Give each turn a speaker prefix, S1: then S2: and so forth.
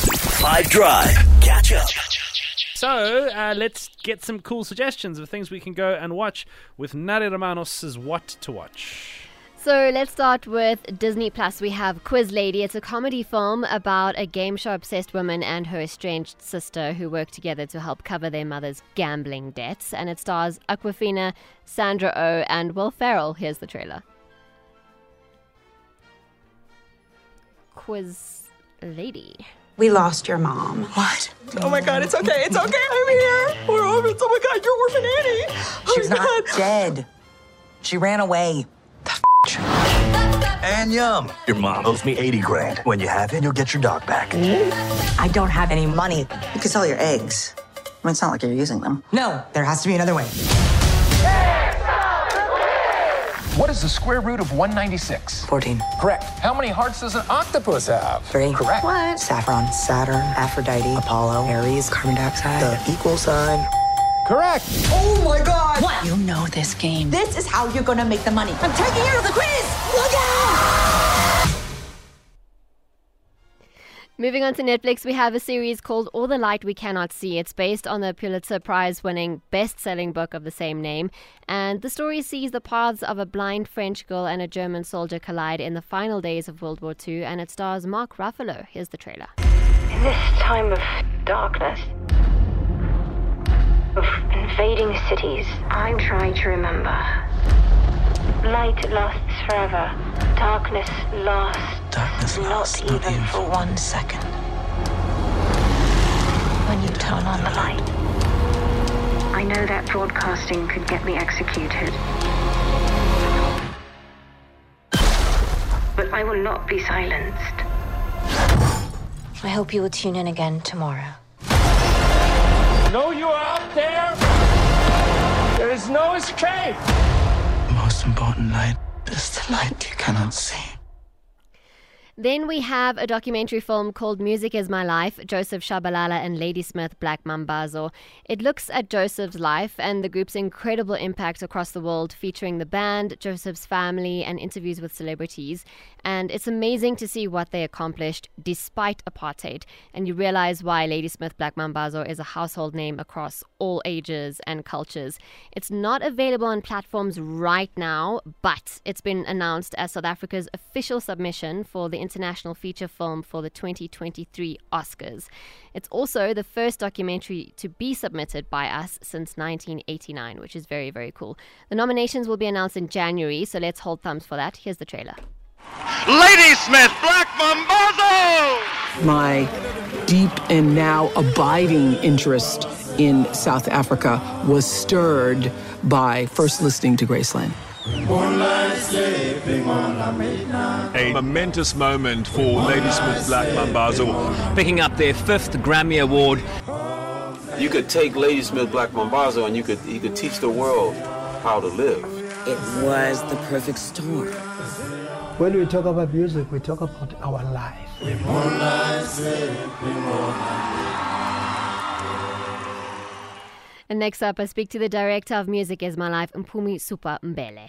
S1: Five Drive. Catch up.
S2: So uh, let's get some cool suggestions of things we can go and watch with Nari Romanos' What to Watch.
S3: So let's start with Disney Plus. We have Quiz Lady. It's a comedy film about a game show obsessed woman and her estranged sister who work together to help cover their mother's gambling debts. And it stars Aquafina, Sandra O, oh, and Will Ferrell. Here's the trailer. Quiz Lady.
S4: We lost your mom.
S5: What? Oh my god, it's okay, it's okay, I'm here. We're orphans. Oh my god, you're orphan Annie. Oh
S6: She's
S5: my
S6: not
S5: god.
S6: dead. She ran away.
S1: And yum. Your mom owes me 80 grand. When you have it, you'll get your dog back.
S6: I don't have any money.
S4: You could sell your eggs. I mean, it's not like you're using them.
S6: No, there has to be another way.
S7: What is the square root of 196?
S6: 14.
S7: Correct. How many hearts does an octopus have?
S6: Three.
S7: Correct.
S4: What?
S6: Saffron, Saturn, Aphrodite, Apollo, Aries, carbon dioxide, the equal sign.
S7: Correct.
S4: Oh my god! What?
S6: You know this game.
S4: This is how you're gonna make the money. I'm taking you to the quiz! Look out!
S3: Moving on to Netflix, we have a series called All the Light We Cannot See. It's based on the Pulitzer Prize winning best selling book of the same name. And the story sees the paths of a blind French girl and a German soldier collide in the final days of World War II. And it stars Mark Ruffalo. Here's the trailer.
S8: In this time of darkness, of invading cities, I'm trying to remember. Light lasts forever. Darkness lasts.
S6: Darkness
S8: not
S6: lasts not
S8: even,
S6: even
S8: for
S6: for
S8: one second. When you turn on the light. I know that broadcasting could get me executed. But I will not be silenced. I hope you will tune in again tomorrow.
S7: No, you are out there. There is no escape.
S6: The most important light is the light you cannot see.
S3: Then we have a documentary film called Music is My Life, Joseph Shabalala and Ladysmith Black Mambazo. It looks at Joseph's life and the group's incredible impact across the world, featuring the band, Joseph's family, and interviews with celebrities. And it's amazing to see what they accomplished despite apartheid. And you realize why Ladysmith Black Mambazo is a household name across all ages and cultures. It's not available on platforms right now, but it's been announced as South Africa's official submission for the international feature film for the 2023 Oscars. It's also the first documentary to be submitted by us since 1989, which is very, very cool. The nominations will be announced in January, so let's hold thumbs for that. Here's the trailer.
S9: Ladysmith Black Mambazo!
S10: my deep and now abiding interest in South Africa was stirred by first listening to Graceland.
S11: a momentous moment for Ladysmith Black Mambazo.
S9: Picking up their fifth Grammy Award.
S12: You could take Ladysmith Black Mambazo and you could you could teach the world how to live.
S6: It was the perfect storm.
S10: When we talk about music, we talk about our life.
S3: And next up, I speak to the director of Music is My Life, Mpumi Supa Mbele.